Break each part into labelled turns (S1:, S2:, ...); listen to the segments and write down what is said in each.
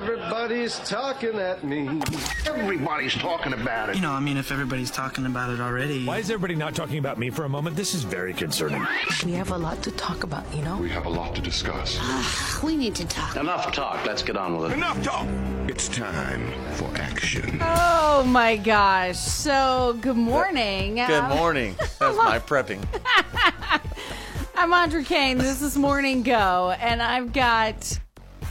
S1: Everybody's talking at me.
S2: Everybody's talking about it.
S3: You know, I mean, if everybody's talking about it already.
S4: Why is everybody not talking about me for a moment? This is very concerning.
S5: We have a lot to talk about, you know?
S6: We have a lot to discuss.
S7: we need to talk.
S8: Enough talk. Let's get on with it.
S2: Enough talk. It's time for action.
S9: Oh my gosh. So, good morning.
S10: Good morning. That's my prepping.
S9: I'm Andre Kane. This is Morning Go, and I've got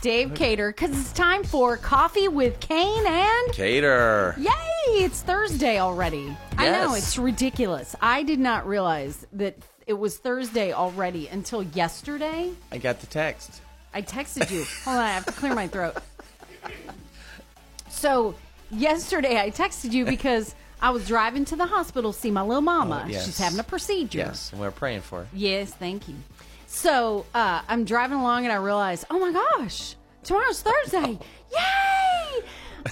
S9: Dave Cater because it's time for Coffee with Kane and.
S10: Cater.
S9: Yay! It's Thursday already. I know,
S10: Yes.
S9: it's ridiculous. I did not realize that it was Thursday already until yesterday.
S10: I got the text.
S9: I texted you. Hold on, I have to clear my throat. So yesterday I texted you because I was driving to the hospital to see my little mama.
S10: Oh, yes.
S9: She's having a procedure.
S10: Yes, and we're praying for it.
S9: Yes, thank you. So uh, I'm driving along and I realize, oh my gosh, tomorrow's Thursday. Yay!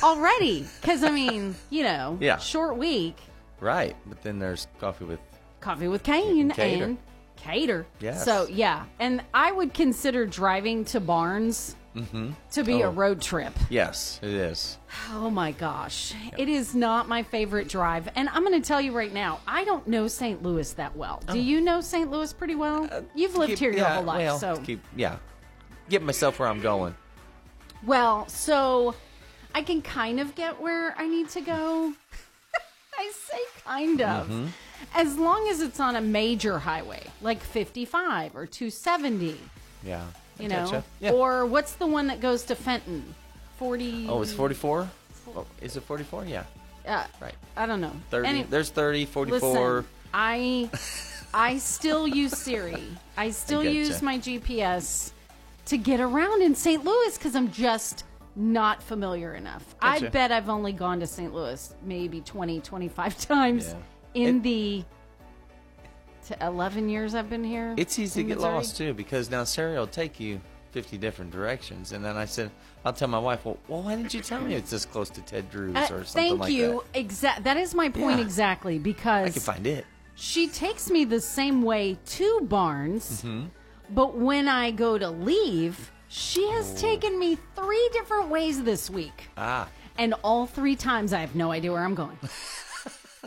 S9: Already. Because, I mean, you know,
S10: Yeah.
S9: short week,
S10: Right, but then there's coffee with.
S9: coffee with Kane
S10: And cater.
S9: and cater.
S10: Yes.
S9: So, yeah. And I would consider driving to Barnes to be a
S10: Oh.
S9: road trip.
S10: Yes, it is.
S9: Oh my gosh. It is not my favorite drive. And I'm going to tell you right now, I don't know St. Louis that well. Do you know St. Louis pretty well? You've lived
S10: Oh. Uh, Keep-
S9: here your
S10: yeah,
S9: whole life.
S10: well,
S9: so,
S10: keep yeah, get myself where I'm going.
S9: well, so I can kind of get where I need to go. I say kind of.
S10: Mm-hmm.
S9: As long as it's on a major highway, like 55 or 270,
S10: Yeah, I
S9: you know?
S10: gotcha. Yeah.
S9: Or what's the one that goes to Fenton? 40.
S10: oh, it's 44. Oh, is it 44? Yeah,
S9: Uh,
S10: right.
S9: I don't know.
S10: 30.
S9: Any-
S10: there's 30, 44.
S9: Listen, I I still use Siri. I still
S10: I getcha.
S9: use my GPS to get around in St. Louis because I'm just not familiar enough. I
S10: Gotcha.
S9: bet I've only gone to St. Louis maybe 20, 25 times
S10: Yeah.
S9: in
S10: It-
S9: the to 11 years I've been here.
S10: It's easy
S9: in
S10: to get
S9: Missouri.
S10: lost too because now Sarah will take you 50 different directions, and then I said, I'll tell my wife, well, well why didn't you tell me it's this close to Ted Drew's
S9: Uh,
S10: or something
S9: thank
S10: like
S9: you. Exact. That is my point
S10: Yeah.
S9: exactly
S10: that?
S9: because
S10: I can find it.
S9: She takes me the same way to Barnes,
S10: Mm-hmm.
S9: but when I go to leave, she has taken me three different ways this week.
S10: Ah,
S9: And all three times, I have no idea where I'm going.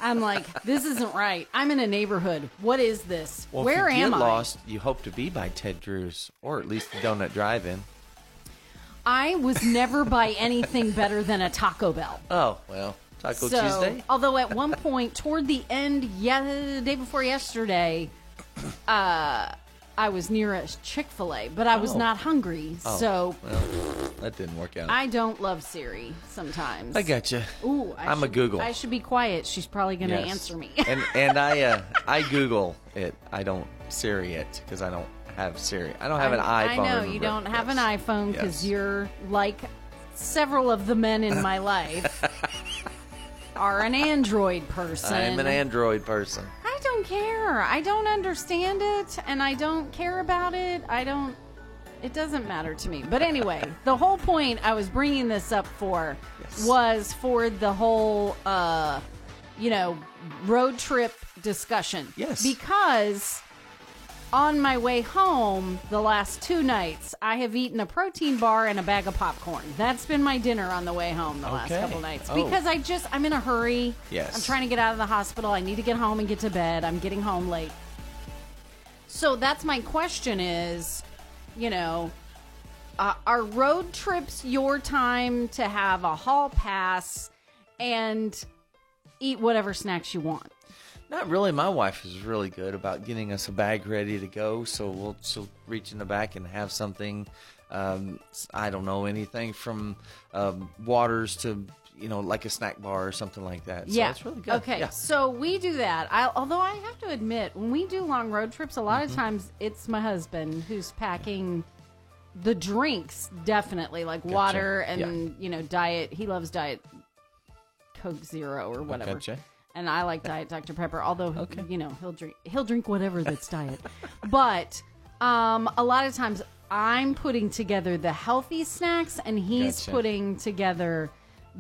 S9: I'm like, this isn't right. I'm in a neighborhood. What is this?
S10: well,
S9: where
S10: if you
S9: am
S10: get
S9: I?
S10: lost, you hope to be by Ted Drew's or at least the Donut Drive-In.
S9: I was never by anything better than a Taco Bell.
S10: Oh well, Taco
S9: so, oh,
S10: Tuesday.
S9: although at one point toward the end, yeah, the day before yesterday, uh, I was near a Chick Fil A, but I was
S10: Oh.
S9: not hungry,
S10: Oh,
S9: so
S10: well, that didn't work out. I,
S9: I don't love Siri sometimes.
S10: gotcha.
S9: Ooh, I
S10: am
S9: should,
S10: a Google.
S9: I should be quiet. She's probably going to
S10: Yes.
S9: answer me.
S10: and and I uh, I Google it. I don't Siri it because I don't have Siri. I don't have an
S9: I-
S10: iPhone.
S9: I know you don't have an
S10: Yes.
S9: iPhone because
S10: Yes.
S9: you're like several of the men in my life are an Android person.
S10: I'm an Android person.
S9: I don't care. I don't understand it and I don't care about it. I don't it doesn't matter to me. But anyway, the whole point I was bringing this up for was for the whole uh you know, road trip discussion.
S10: Yes.
S9: Because on my way home the last two nights, I have eaten a protein bar and a bag of popcorn. That's been my dinner on the way home the last
S10: Okay.
S9: couple nights
S10: Oh.
S9: because I just I'm in a hurry.
S10: Yes.
S9: I'm trying to get out of the hospital. I need to get home and get to bed. I'm getting home late. So that's my question is, you know, uh, are road trips your time to have a hall pass and eat whatever snacks you want?
S10: Not really. My wife is really good about getting us a bag ready to go, so we'll she'll reach in the back and have something. Um, s- I don't know anything from um, waters to you know like a snack bar or something like that. So
S9: yeah.
S10: it's really good.
S9: Okay.
S10: Yeah.
S9: So we do that. I, although I have to admit, when we do long road trips, a lot
S10: Mm-hmm.
S9: of times it's my husband who's packing the drinks, definitely, like water and, you know, diet. He loves diet Coke Zero or whatever.
S10: gotcha.
S9: And I like Diet Dr. Pepper, although
S10: Okay.
S9: you know, he'll drink he'll drink whatever that's diet. But um a lot of times I'm putting together the healthy snacks and he's
S10: Gotcha.
S9: putting together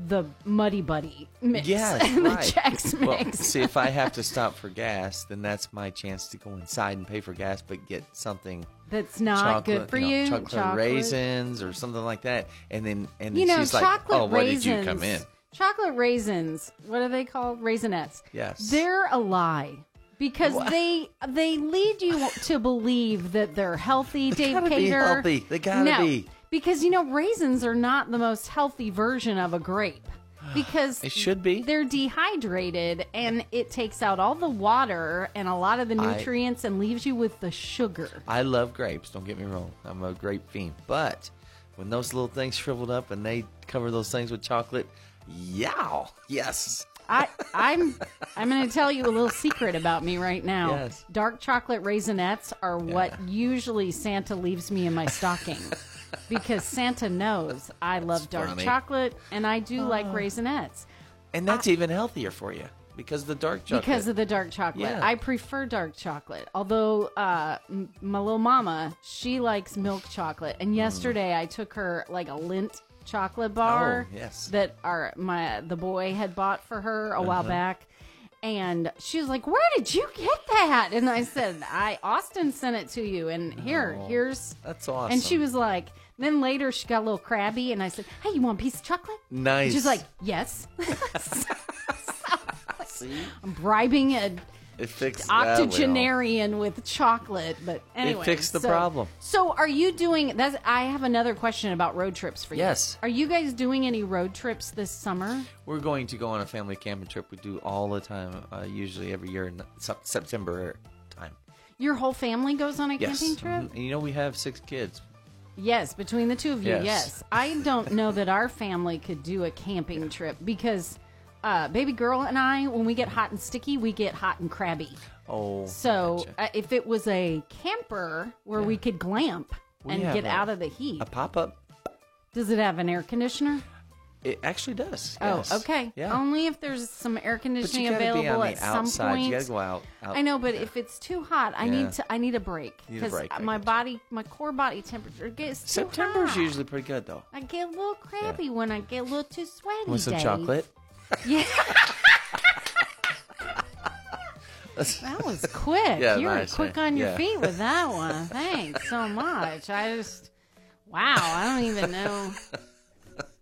S9: the Muddy Buddy mix
S10: Yes,
S9: and
S10: right.
S9: the Chex mix.
S10: Well, see, if I have to stop for gas, then that's my chance to go inside and pay for gas, but get something
S9: That's not
S10: chocolate,
S9: good for
S10: know,
S9: you.
S10: chocolate, raisins or something like that. And then and then
S9: You know,
S10: she's like,
S9: chocolate
S10: "Oh, why
S9: raisins.
S10: did you come in?"
S9: Chocolate raisins. What are they called? Raisinettes.
S10: Yes.
S9: They're a lie. Because they they lead you to believe that they're healthy. Dave
S10: gotta be
S9: Cater.
S10: healthy. They gotta
S9: no,
S10: be.
S9: Because you know, raisins are not the most healthy version of a grape. Because
S10: It should be.
S9: They're dehydrated and it takes out all the water and a lot of the
S10: I-
S9: nutrients and leaves you with the sugar.
S10: I love grapes. Don't get me wrong. I'm a grape fiend. But when those little things shriveled up and they cover those things with chocolate, yow, yes.
S9: I, I'm I'm going to tell you a little secret about me right now.
S10: Yes.
S9: Dark chocolate raisinettes are what usually Santa leaves me in my stocking because Santa knows I love dark
S10: funny.
S9: chocolate and I do like raisinettes
S10: And that's even healthier for you because the dark chocolate.
S9: Ah. because of the dark chocolate.
S10: Yeah.
S9: I prefer dark chocolate. Although uh, m- my little mama, she likes milk chocolate, and yesterday I took her like a lint chocolate bar
S10: Mm. Oh, yes.
S9: that our my the boy had bought for her a
S10: Uh-huh.
S9: while back. And she was like, "Where did you get that?" And I said, "I Austin sent it to you, and here, here's."
S10: Oh, that's
S9: And she
S10: awesome.
S9: was like, then later she got a little crabby, and I said, "Hey, you want a piece of chocolate?"
S10: Nice.
S9: She's like, "Yes." I'm bribing a
S10: it fixed that well.
S9: octogenarian with chocolate, but anyway,
S10: fixed the problem.
S9: So, are you doing? That's. I have another question about road trips for you.
S10: Yes.
S9: Are you guys doing any road trips this summer?
S10: We're going to go on a family camping trip. We do all the time, uh, usually every year in sep- September time.
S9: Your whole family goes on a
S10: Yes.
S9: camping trip.
S10: Mhm. And you know, we have six kids.
S9: Yes, between the two of you, yes.
S10: Yes.
S9: I don't know that our family could do a camping trip because uh, baby girl and I, when we get hot and sticky, we get hot and crabby.
S10: Oh, I
S9: So
S10: gotcha.
S9: uh, if it was a camper where we could glamp
S10: We
S9: and
S10: have
S9: get
S10: a-
S9: out of the heat,
S10: a pop up.
S9: does it have an air conditioner?
S10: It actually does. yes.
S9: Oh, okay.
S10: Yeah.
S9: Only if there's some air
S10: but you
S9: conditioning
S10: gotta
S9: available
S10: be on the
S9: at
S10: outside.
S9: some point.
S10: You gotta go out. out
S9: I know, but if it's too hot, I
S10: Yeah.
S9: need to. I need a break
S10: Need a break, I
S9: my
S10: get you.
S9: body, my core body temperature gets too
S10: September's
S9: hot.
S10: usually pretty good though.
S9: I get a little crabby when I get a little too sweaty.
S10: Want some
S9: Dave.
S10: chocolate?
S9: Yeah. that was quick.
S10: Yeah,
S9: you
S10: nice,
S9: were quick
S10: eh?
S9: on your
S10: Yeah.
S9: feet with that one. Thanks so much. I just, wow, I don't even know.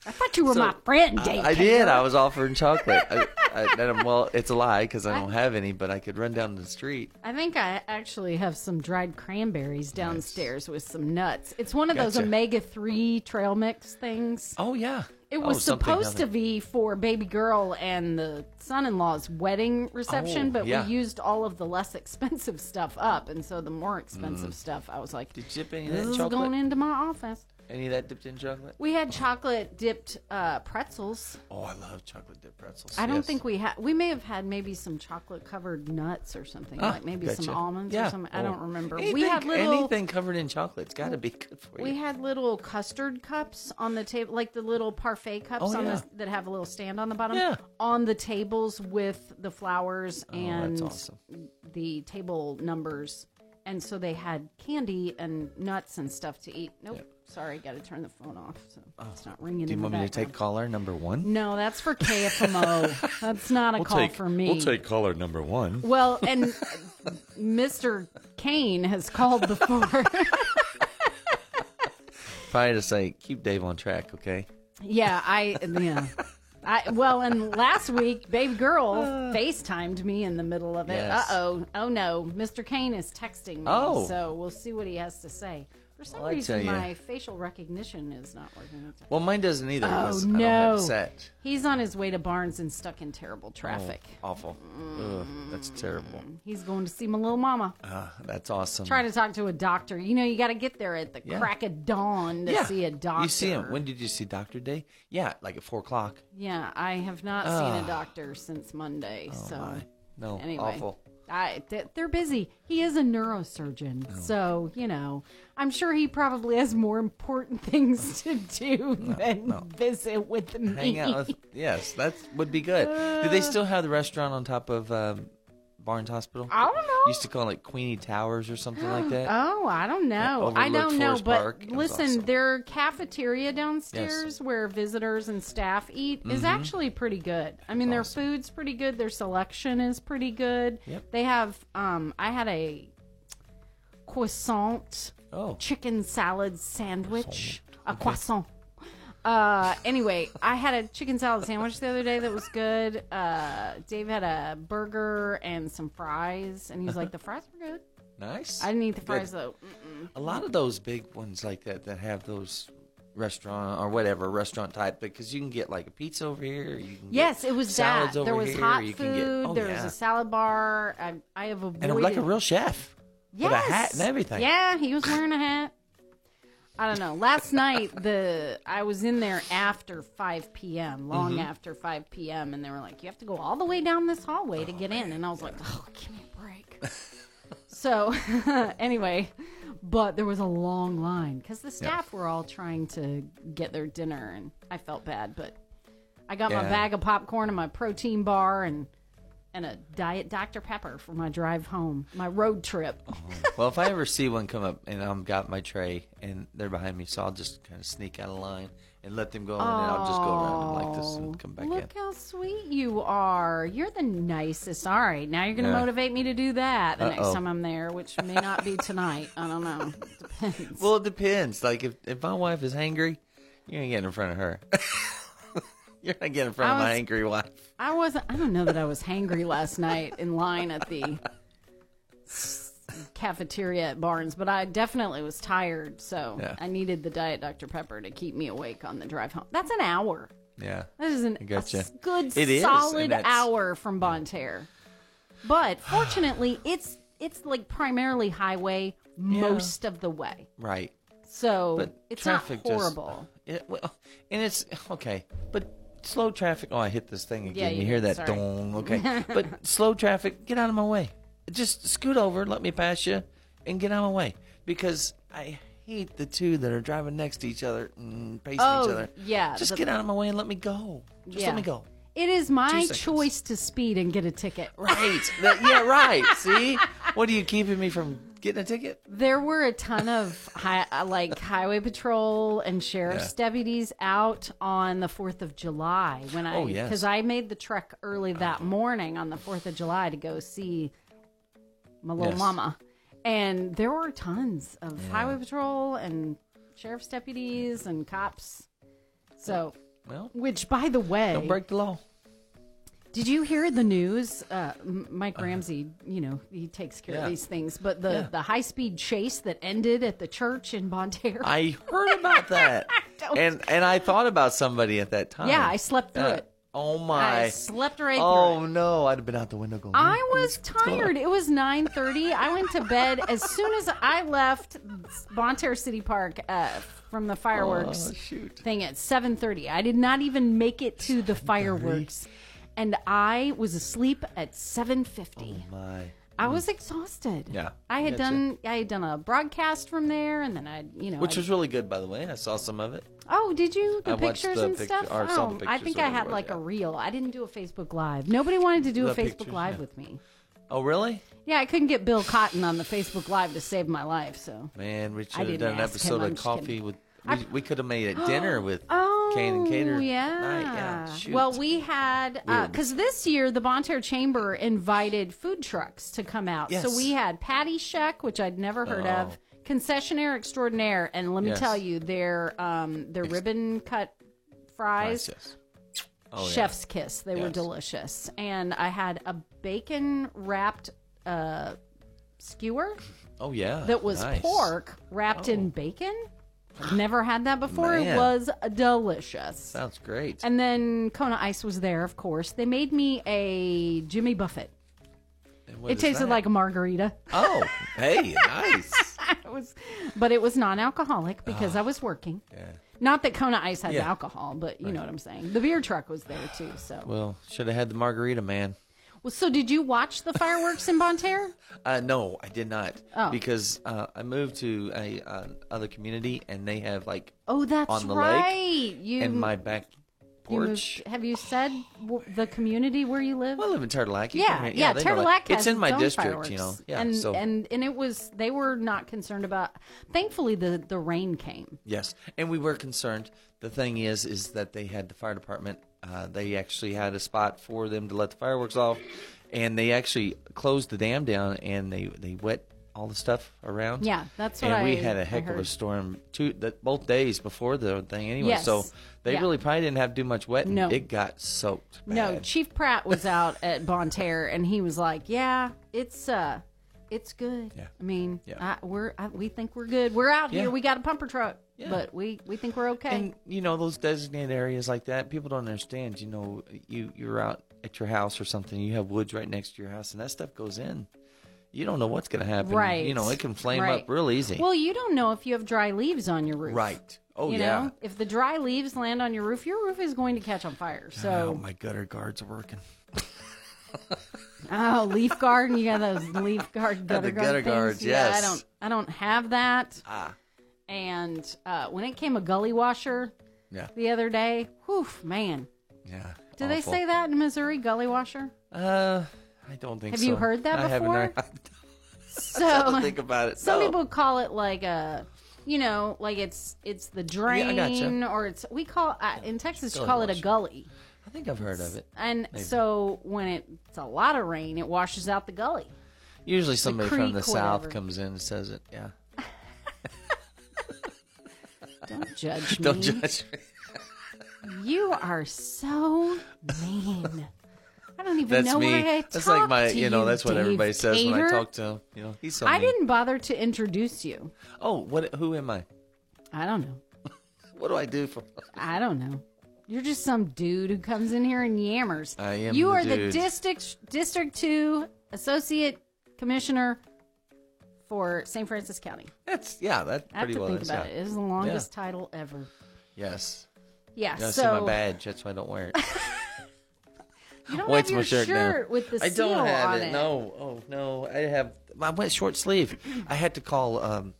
S9: I thought you were my friend, Dave.
S10: I did. I was offering chocolate. I, I, and I'm- well, it's a lie because I don't have any, but I could run down the street.
S9: I think I actually have some dried cranberries downstairs with some nuts. It's one of those
S10: Gotcha.
S9: omega 3 trail mix things.
S10: Oh yeah.
S9: It was supposed to be for baby girl and the son in law's wedding reception,
S10: Oh,
S9: but
S10: yeah.
S9: we used all of the less expensive stuff up. And so the more expensive stuff, I was like,
S10: Mm. Did you dip any of
S9: this
S10: that
S9: is
S10: chocolate?
S9: going into my office.
S10: Any of that dipped in chocolate?
S9: We had chocolate dipped uh, pretzels.
S10: Oh, I love chocolate dipped pretzels.
S9: I don't
S10: Oh, Yes.
S9: think we had, we may have had maybe some chocolate covered nuts or something,
S10: Ah,
S9: like maybe some
S10: gotcha.
S9: almonds
S10: Yeah.
S9: or something. I
S10: Oh.
S9: don't remember. we
S10: Anything-
S9: had little.
S10: anything covered in chocolate's got to be good for
S9: We
S10: you.
S9: had little custard cups on the table, like the little parfait cups
S10: Oh,
S9: on
S10: yeah.
S9: the, that have a little stand on the bottom,
S10: Yeah.
S9: on the tables with the flowers
S10: oh,
S9: and
S10: that's awesome.
S9: the table numbers. And so they had candy and nuts and stuff to eat. Nope. Sorry, got to turn the phone off. So it's not ringing.
S10: Oh. Do you
S9: in the
S10: want me to take
S9: background.
S10: caller number one?
S9: No, that's for KFMO. that's not a call for me.
S4: caller number one.
S9: Well, and Mr. Kane has called before.
S10: Probably to say keep Dave on track, okay?
S9: Yeah, I yeah. I, well, and last week, Babe Girl FaceTimed me in the middle of it.
S10: Yes.
S9: Uh oh. Oh no. Mr. Kane is texting me.
S10: Oh.
S9: So we'll see what he has to say. For some
S10: Well, I
S9: reason,
S10: tell ya.
S9: my facial recognition is not working.
S10: Well, mine doesn't either.
S9: Oh
S10: 'cause I don't
S9: no.
S10: have it set. Oh,
S9: He's on his way to Barnes and stuck in terrible traffic.
S10: Awful. Ugh, that's terrible.
S9: He's going to see my little mama.
S10: Uh, that's awesome.
S9: Trying to talk to a doctor. You know, you got to get there at the
S10: Yeah.
S9: crack of dawn to see a doctor.
S10: You see him. When did you see Doctor Day? Yeah, like at four o'clock.
S9: Yeah, I have not seen a doctor since Monday. so.
S10: No,
S9: Anyway,
S10: awful.
S9: I, th- they're busy. He is a neurosurgeon, so you know, I'm sure he probably has more important things to do than visit with me.
S10: Hang out. With, yes, that would be good. do they still have the restaurant on top of um, Barnes Hospital?
S9: I don't know.
S10: Used to call it Queenie Towers or something like that.
S9: Oh, I don't know.
S10: Yeah,
S9: I don't
S10: overlooked
S9: know,
S10: Forest
S9: but
S10: Park. It was
S9: listen,
S10: awesome.
S9: their cafeteria downstairs where visitors and staff eat
S10: Mm-hmm.
S9: is actually pretty good. I mean, their food's pretty good, their selection is pretty good.
S10: Yep.
S9: They have um I had a croissant
S10: oh,
S9: chicken salad sandwich, a croissant. Uh, anyway, I had a chicken salad sandwich the other day that was good. Uh, Dave had a burger and some fries, and he was like, "The fries were good."
S10: nice.
S9: I didn't eat the
S10: Good.
S9: fries though.
S10: A lot of those big ones like that that have those restaurant or whatever restaurant type because you can get like a pizza over here. You can get
S9: Yes, it was that.
S10: salads over
S9: There was
S10: here,
S9: hot
S10: you
S9: food.
S10: can get- oh,
S9: there was
S10: yeah.
S9: a salad bar. I, I have avoided.
S10: and I'm like a real chef
S9: yes.
S10: with a hat and everything.
S9: Yeah, he was wearing a hat. I don't know. Last night, the I was in there after 5 p.m., long
S10: Mm-hmm.
S9: after 5 p.m., and they were like, "You have to go all the way down this hallway to get in," and I was like, "Oh, give me a break." so, anyway, but there was a long line because the staff were all trying to get their dinner, and I felt bad, but I got my
S10: Yeah.
S9: bag of popcorn and my protein bar and. And a diet Dr. Pepper for my drive home, my road trip.
S10: Well, if I ever see one come up and I'm got my tray and they're behind me, so I'll just kind of sneak out of line and let them go, in, and I'll just go around them like this and come back in.
S9: Look how sweet you are. You're the nicest. All right, now you're going to
S10: Yeah.
S9: motivate me to do that the next
S10: Uh-oh.
S9: time I'm there, which may not be tonight. I don't know. Depends.
S10: Well, it depends. Like if, if my wife is hangry, you're gonna get in front of her. you're gonna get in front
S9: I
S10: of my
S9: was-
S10: angry wife.
S9: I wasn't. I don't know that I was hangry last night in line at the cafeteria at Barnes, but I definitely was tired. So
S10: Yeah.
S9: I needed the diet Dr Pepper to keep me awake on the drive home. That's an hour.
S10: Yeah.
S9: That is an
S10: I gotcha.
S9: a s- good
S10: It is, and
S9: solid
S10: that's-
S9: hour from Bonterre. But fortunately, it's it's like primarily highway most of the way.
S10: Right.
S9: So
S10: But
S9: it's not
S10: traffic
S9: horrible.
S10: Just, it, well, and it's okay, but slow traffic. Oh, I hit this thing again.
S9: Yeah,
S10: you,
S9: you
S10: hear
S9: did,
S10: that?
S9: sorry.
S10: Dong. Okay, but slow traffic. Get out of my way. Just scoot over. Let me pass you, and get out of my way because I hate the two that are driving next to each other and pacing
S9: Oh,
S10: each other.
S9: yeah,
S10: Just
S9: the-
S10: get out of my way and let me go. Just
S9: Yeah.
S10: let me go.
S9: It is my
S10: seconds.
S9: choice to speed and get a ticket.
S10: Right. That- yeah. Right. See. What are you keeping me from getting a ticket?
S9: There were a ton of hi- uh, like highway patrol and sheriff's deputies out on the Fourth of July when I
S10: Oh, yes.
S9: because I made the trek early that morning on the Fourth of July to go see my little
S10: Yes.
S9: mama, and there were tons of highway patrol and sheriff's deputies and cops. So,
S10: Well,
S9: which by the
S10: don't
S9: way,
S10: break the law.
S9: did you hear the news? Uh, M- Mike Ramsey, you know, he takes care of
S10: Uh-huh. Yeah.
S9: these things, but the,
S10: Yeah.
S9: the high speed chase that ended at the church in Bonterre.
S10: I heard about that,
S9: Don't-
S10: and and I thought about somebody at that time.
S9: Yeah, I slept through
S10: Yeah.
S9: it.
S10: Oh my!
S9: I slept right
S10: oh
S9: through it.
S10: no! I'd have been out the window going.
S9: I
S10: "What
S9: was
S10: is going on?"
S9: tired. It was 9:30. I went to bed as soon as I left Bonterre City Park uh, from the fireworks
S10: shoot.
S9: thing at 7:30. I did not even make it to the fireworks. And I was asleep at 7:50.
S10: Oh, My.
S9: I was exhausted.
S10: Yeah,
S9: I
S10: I
S9: had
S10: getcha.
S9: done I had done a broadcast from there, and then I, you know,
S10: Which
S9: I-
S10: was really good, by the way. I saw some of it.
S9: oh, did you the
S10: I watched
S9: pictures
S10: the
S9: and
S10: pictu-
S9: stuff?
S10: or saw the
S9: oh, I
S10: pictures
S9: think
S10: or
S9: I
S10: whatever,
S9: had like
S10: yeah.
S9: a reel. I didn't do a Facebook Live. Nobody wanted to do a
S10: The
S9: Facebook
S10: pictures,
S9: Live
S10: yeah.
S9: with me.
S10: Oh really?
S9: Yeah, I couldn't get Bill Cotton on the Facebook Live to save my life. So
S10: Man, we should
S9: I
S10: have
S9: didn't
S10: done an
S9: ask him,
S10: episode
S9: I'm
S10: of
S9: just
S10: coffee
S9: kidding.
S10: with. We, we could have made it dinner with
S9: Oh,
S10: Kane and Cater.
S9: Yeah.
S10: Night. yeah shoot.
S9: Well, we had
S10: Weird.
S9: because this year the Bonterre Chamber invited food trucks to come out. So
S10: Yes. Oh.
S9: we had Patty Sheck, which I'd never heard of, concessionaire extraordinaire, and let me
S10: Yes.
S9: tell you, their um their ribbon cut fries,
S10: Yes, yes. Oh, yeah.
S9: chef's kiss. They were
S10: Yes.
S9: delicious, and I had a bacon wrapped uh skewer
S10: Oh yeah.
S9: that was
S10: nice. Oh.
S9: pork wrapped in bacon. I've never had that before. It
S10: Man.
S9: was delicious.
S10: Sounds great.
S9: And then Kona Ice was there, of course. They made me a Jimmy Buffett.
S10: And what
S9: it
S10: is
S9: tasted
S10: that?
S9: like a margarita,
S10: Oh, hey, nice.
S9: it was, but it was non-alcoholic because I was working. Not that Kona Ice had
S10: Ah. Yeah.
S9: alcohol, but you know what I'm saying. The beer truck was there too. So, well,
S10: Well, should have had the margarita, man.
S9: so did you watch the fireworks in Bonterre?
S10: Uh, no, I did not.
S9: Oh.
S10: Because uh, I moved to a uh, other community and they have like
S9: Oh, that's
S10: on the
S9: right.
S10: lake
S9: You
S10: in my back
S9: You moved-
S10: porch.
S9: have you said w- the community where you live?
S10: Well, I live in Turtleac. You
S9: yeah,
S10: can-
S9: yeah.
S10: they know it.
S9: Turtleac has
S10: It's in my
S9: its own
S10: district, you know.
S9: fireworks.
S10: Yeah,
S9: and,
S10: so
S9: and and it was they were not concerned about. Thankfully, the the rain came.
S10: Yes, and we were concerned. The thing is, is that they had the fire department. Uh, they actually had a spot for them to let the fireworks off, and they actually closed the dam down and they they wet all the stuff around.
S9: Yeah, that's what
S10: and we
S9: I-
S10: had
S9: I
S10: a heck of a
S9: heard.
S10: storm two that both days before the thing anyway.
S9: Yes,
S10: So they
S9: yeah.
S10: really probably didn't have to do much wetting.
S9: No.
S10: it got soaked.
S9: No,
S10: bad.
S9: Chief Pratt was out at Bonterre, and he was like, "Yeah, it's uh, it's good.
S10: Yeah.
S9: I mean,
S10: Yeah.
S9: I, we're I, we think we're good. We're out
S10: Yeah.
S9: here. We got a pumper truck,
S10: Yeah.
S9: but we we think we're okay.
S10: And you know those designated areas like that, people don't understand. You know, you you're out at your house or something. You have woods right next to your house, and that stuff goes in. You don't know what's going to happen.
S9: right?
S10: You know, it can flame
S9: right.
S10: up real easy.
S9: Well, you don't know if you have dry leaves on your roof,
S10: right. Oh
S9: you
S10: yeah.
S9: know, if the dry leaves land on your roof, your roof is going to catch on fire.
S10: Oh
S9: So,
S10: my gutter guards are working.
S9: oh, leaf garden, you got those leaf guard
S10: Yeah,
S9: gutter
S10: the
S9: guard
S10: gutter
S9: things.
S10: guards,
S9: Yeah,
S10: yes.
S9: I don't, I don't have that. Ah. And uh, when it came a gully washer
S10: Yeah.
S9: the other day, whew, man,
S10: Yeah.
S9: do they
S10: Awful.
S9: say that in Missouri, gully washer?
S10: Uh, I don't think
S9: Have
S10: so.
S9: you heard that
S10: I haven't
S9: before?
S10: heard-
S9: So
S10: I don't think about it.
S9: Some
S10: no.
S9: people call it like a, you know, like it's it's the
S10: I
S9: drain
S10: gotcha.
S9: or it's we call uh, in Texas you
S10: Gully
S9: call it a
S10: washer.
S9: gully.
S10: I think I've heard of it.
S9: And so when it, it's a lot of rain, it washes out the gully.
S10: Usually somebody from
S9: creek
S10: the
S9: or
S10: south
S9: whatever.
S10: comes in and says it. Yeah.
S9: Don't judge me.
S10: Don't judge me.
S9: You are so mean. I don't even
S10: That's
S9: know
S10: me.
S9: why I
S10: that's
S9: talk
S10: like my,
S9: to
S10: you know, that's what
S9: Dave
S10: everybody says when I
S9: Cater.
S10: talk to him. You know, he's so
S9: I
S10: mean.
S9: didn't bother to introduce you.
S10: Oh, what? Who am I?
S9: I don't know.
S10: What do I do for?
S9: I don't know. You're just some dude who comes in here and yammers.
S10: I am
S9: You
S10: the
S9: are the
S10: dude.
S9: district District Two Associate Commissioner for St. Francis County.
S10: That's yeah. That
S9: I have
S10: pretty
S9: to
S10: well
S9: think
S10: is,
S9: about
S10: yeah.
S9: it. It is the longest title ever.
S10: Yes.
S9: Yeah.
S10: You don't
S9: so
S10: see my badge. That's why I don't wear it.
S9: you don't
S10: Well,
S9: have
S10: it's my
S9: your
S10: shirt now.
S9: with the
S10: I
S9: seal
S10: don't have
S9: on
S10: it. No. Oh no. I have. I went short sleeve. I had to call um,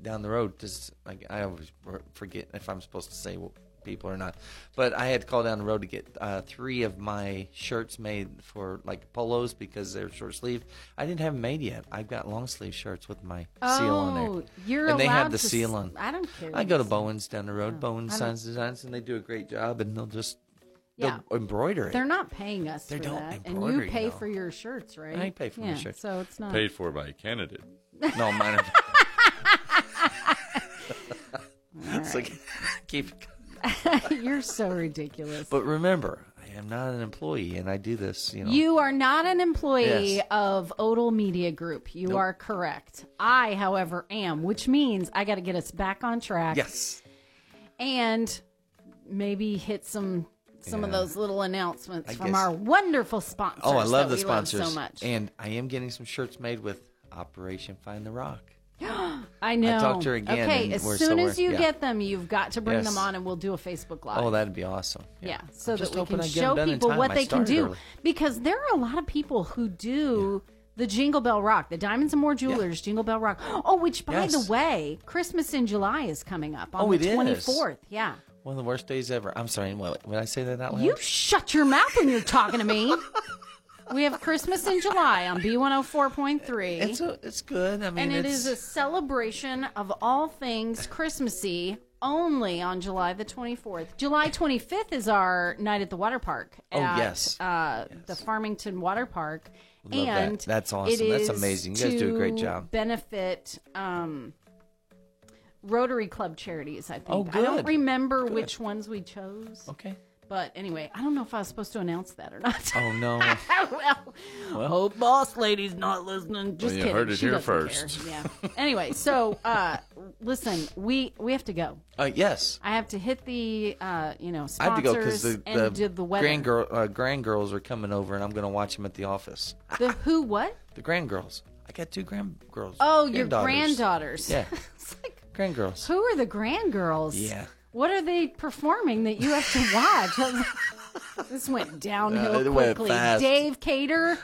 S10: down the road. Just like I always r- forget if I'm supposed to say what people or not. But I had to call down the road to get uh, three of my shirts made for like polos because they're short sleeve. I didn't have them made yet. I've got long sleeve shirts with my seal on
S9: Oh,
S10: there.
S9: you're
S10: and they have
S9: allowed
S10: the
S9: to s-
S10: seal on.
S9: I don't care
S10: I
S9: what
S10: go to
S9: you say.
S10: Bowen's down the road. Bowen's
S9: I don't-
S10: Signs Designs, and they do a great job. And they'll just
S9: Yeah.
S10: they'll embroider it.
S9: They're not paying us
S10: They
S9: for
S10: don't
S9: that, and
S10: embroider,
S9: you
S10: you
S9: pay
S10: know.
S9: for your shirts, right?
S10: I pay for my
S9: yeah,
S10: shirts.
S9: so it's not.
S1: Paid for by a candidate.
S10: No, mine. Are... It's like keep. it going.
S9: You're so ridiculous.
S10: But remember, I am not an employee, and I do this. You know.
S9: You are not an employee
S10: Yes.
S9: of Odal Media Group. You are correct. I, however, am, which means I got to get us back on track
S10: Yes.
S9: and maybe hit some some of
S10: Yeah.
S9: those little announcements
S10: I
S9: from
S10: guess-
S9: our wonderful sponsors.
S10: Oh, I love
S9: that
S10: the
S9: we
S10: sponsors
S9: so much.
S10: And I am getting some shirts made with Operation Find the Rock.
S9: I know.
S10: talked to her again,
S9: Okay,
S10: and
S9: as
S10: we're
S9: soon
S10: still
S9: as you
S10: working- yeah.
S9: get them, you've got to bring
S10: Yes.
S9: them on, and we'll do a Facebook Live.
S10: Oh, that'd be awesome.
S9: Yeah, so
S10: just
S9: that we
S10: hoping
S9: can
S10: I get 'em
S9: show
S10: done in
S9: people
S10: time.
S9: what
S10: I
S9: they can
S10: started
S9: do.
S10: early.
S9: Because there are a lot of people who do the Jingle Bell Rock, the Diamonds and More Jewelers Jingle Bell Rock. Oh, which by
S10: Yes.
S9: the way, Christmas in July is coming up on
S10: Oh, it
S9: the
S10: is.
S9: twenty fourth. Yeah,
S10: One of the worst days ever. I'm sorry. What, when I say that out loud?
S9: you shut your mouth when you're talking to me. we have Christmas in July on B one hundred four point three.
S10: It's a, it's good. I mean,
S9: and it
S10: it's, Oh,
S9: is a celebration of all things Christmassy only on July the 24th. July 25th is our night at the water park.
S10: Oh,
S9: at,
S10: yes.
S9: Uh, The Farmington Water Park.
S10: Love that.
S9: and
S10: That's
S9: it
S10: awesome. That's
S9: is
S10: amazing. You guys do a great
S9: to
S10: job.
S9: Benefit um, Rotary Club charities, I think.
S10: Oh,
S9: I don't
S10: good. Oh.
S9: remember which ones we chose.
S10: okay.
S9: But anyway, I don't know if I was supposed to announce that or not.
S10: Oh no.
S9: well, hope boss lady's not listening. Just
S1: you
S9: kidding.
S1: heard it
S9: She
S1: here
S9: doesn't care.
S1: first.
S9: Yeah. anyway, so uh, listen, we we have to go.
S10: Uh, yes.
S9: I have to hit the uh, you know
S10: I
S9: sponsors
S10: have to go because the, the,
S9: and did the weather.
S10: grand girl, uh, grand girls are coming over, and I'm going to watch them at the office.
S9: The who what?
S10: The grand girls. I got two grand girls.
S9: Oh, your
S10: granddaughters.
S9: granddaughters.
S10: Yeah.
S9: it's like
S10: Grand girls.
S9: who are the grand girls?
S10: Yeah.
S9: What are they performing that you have to watch? I was like, this went
S10: Uh,
S9: downhill
S10: it went
S9: quickly.
S10: fast.
S9: Dave Cater,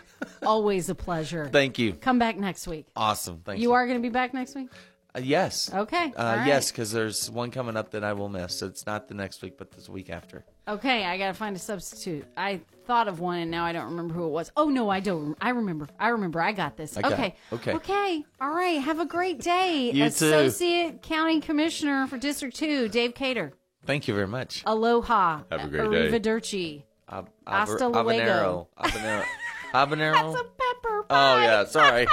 S9: always a pleasure.
S10: Thank you.
S9: Come back next week.
S10: Awesome. Thank you.
S9: You are going to be back next week?
S10: Uh, yes.
S9: Okay, all
S10: Uh,
S9: right.
S10: Yes, because there's one coming up that I will miss. It's not the next week, but this week after.
S9: Okay, I gotta find a substitute. I thought of one and now I don't remember who it was. Oh no, I don't. I remember. I remember. I got this.
S10: Okay,
S9: Okay.
S10: okay.
S9: Okay. All right. Have a great day,
S10: You too.
S9: Associate County Commissioner for District Two, Dave Cater.
S10: Thank you very much.
S9: Aloha.
S1: Have a great day.
S9: Arrivederci.
S10: Ab-
S9: hasta
S10: ab-
S9: luego.
S10: Habanero. Habanero. Habanero.
S9: That's a pepper.
S10: Oh
S9: pie.
S10: yeah, sorry.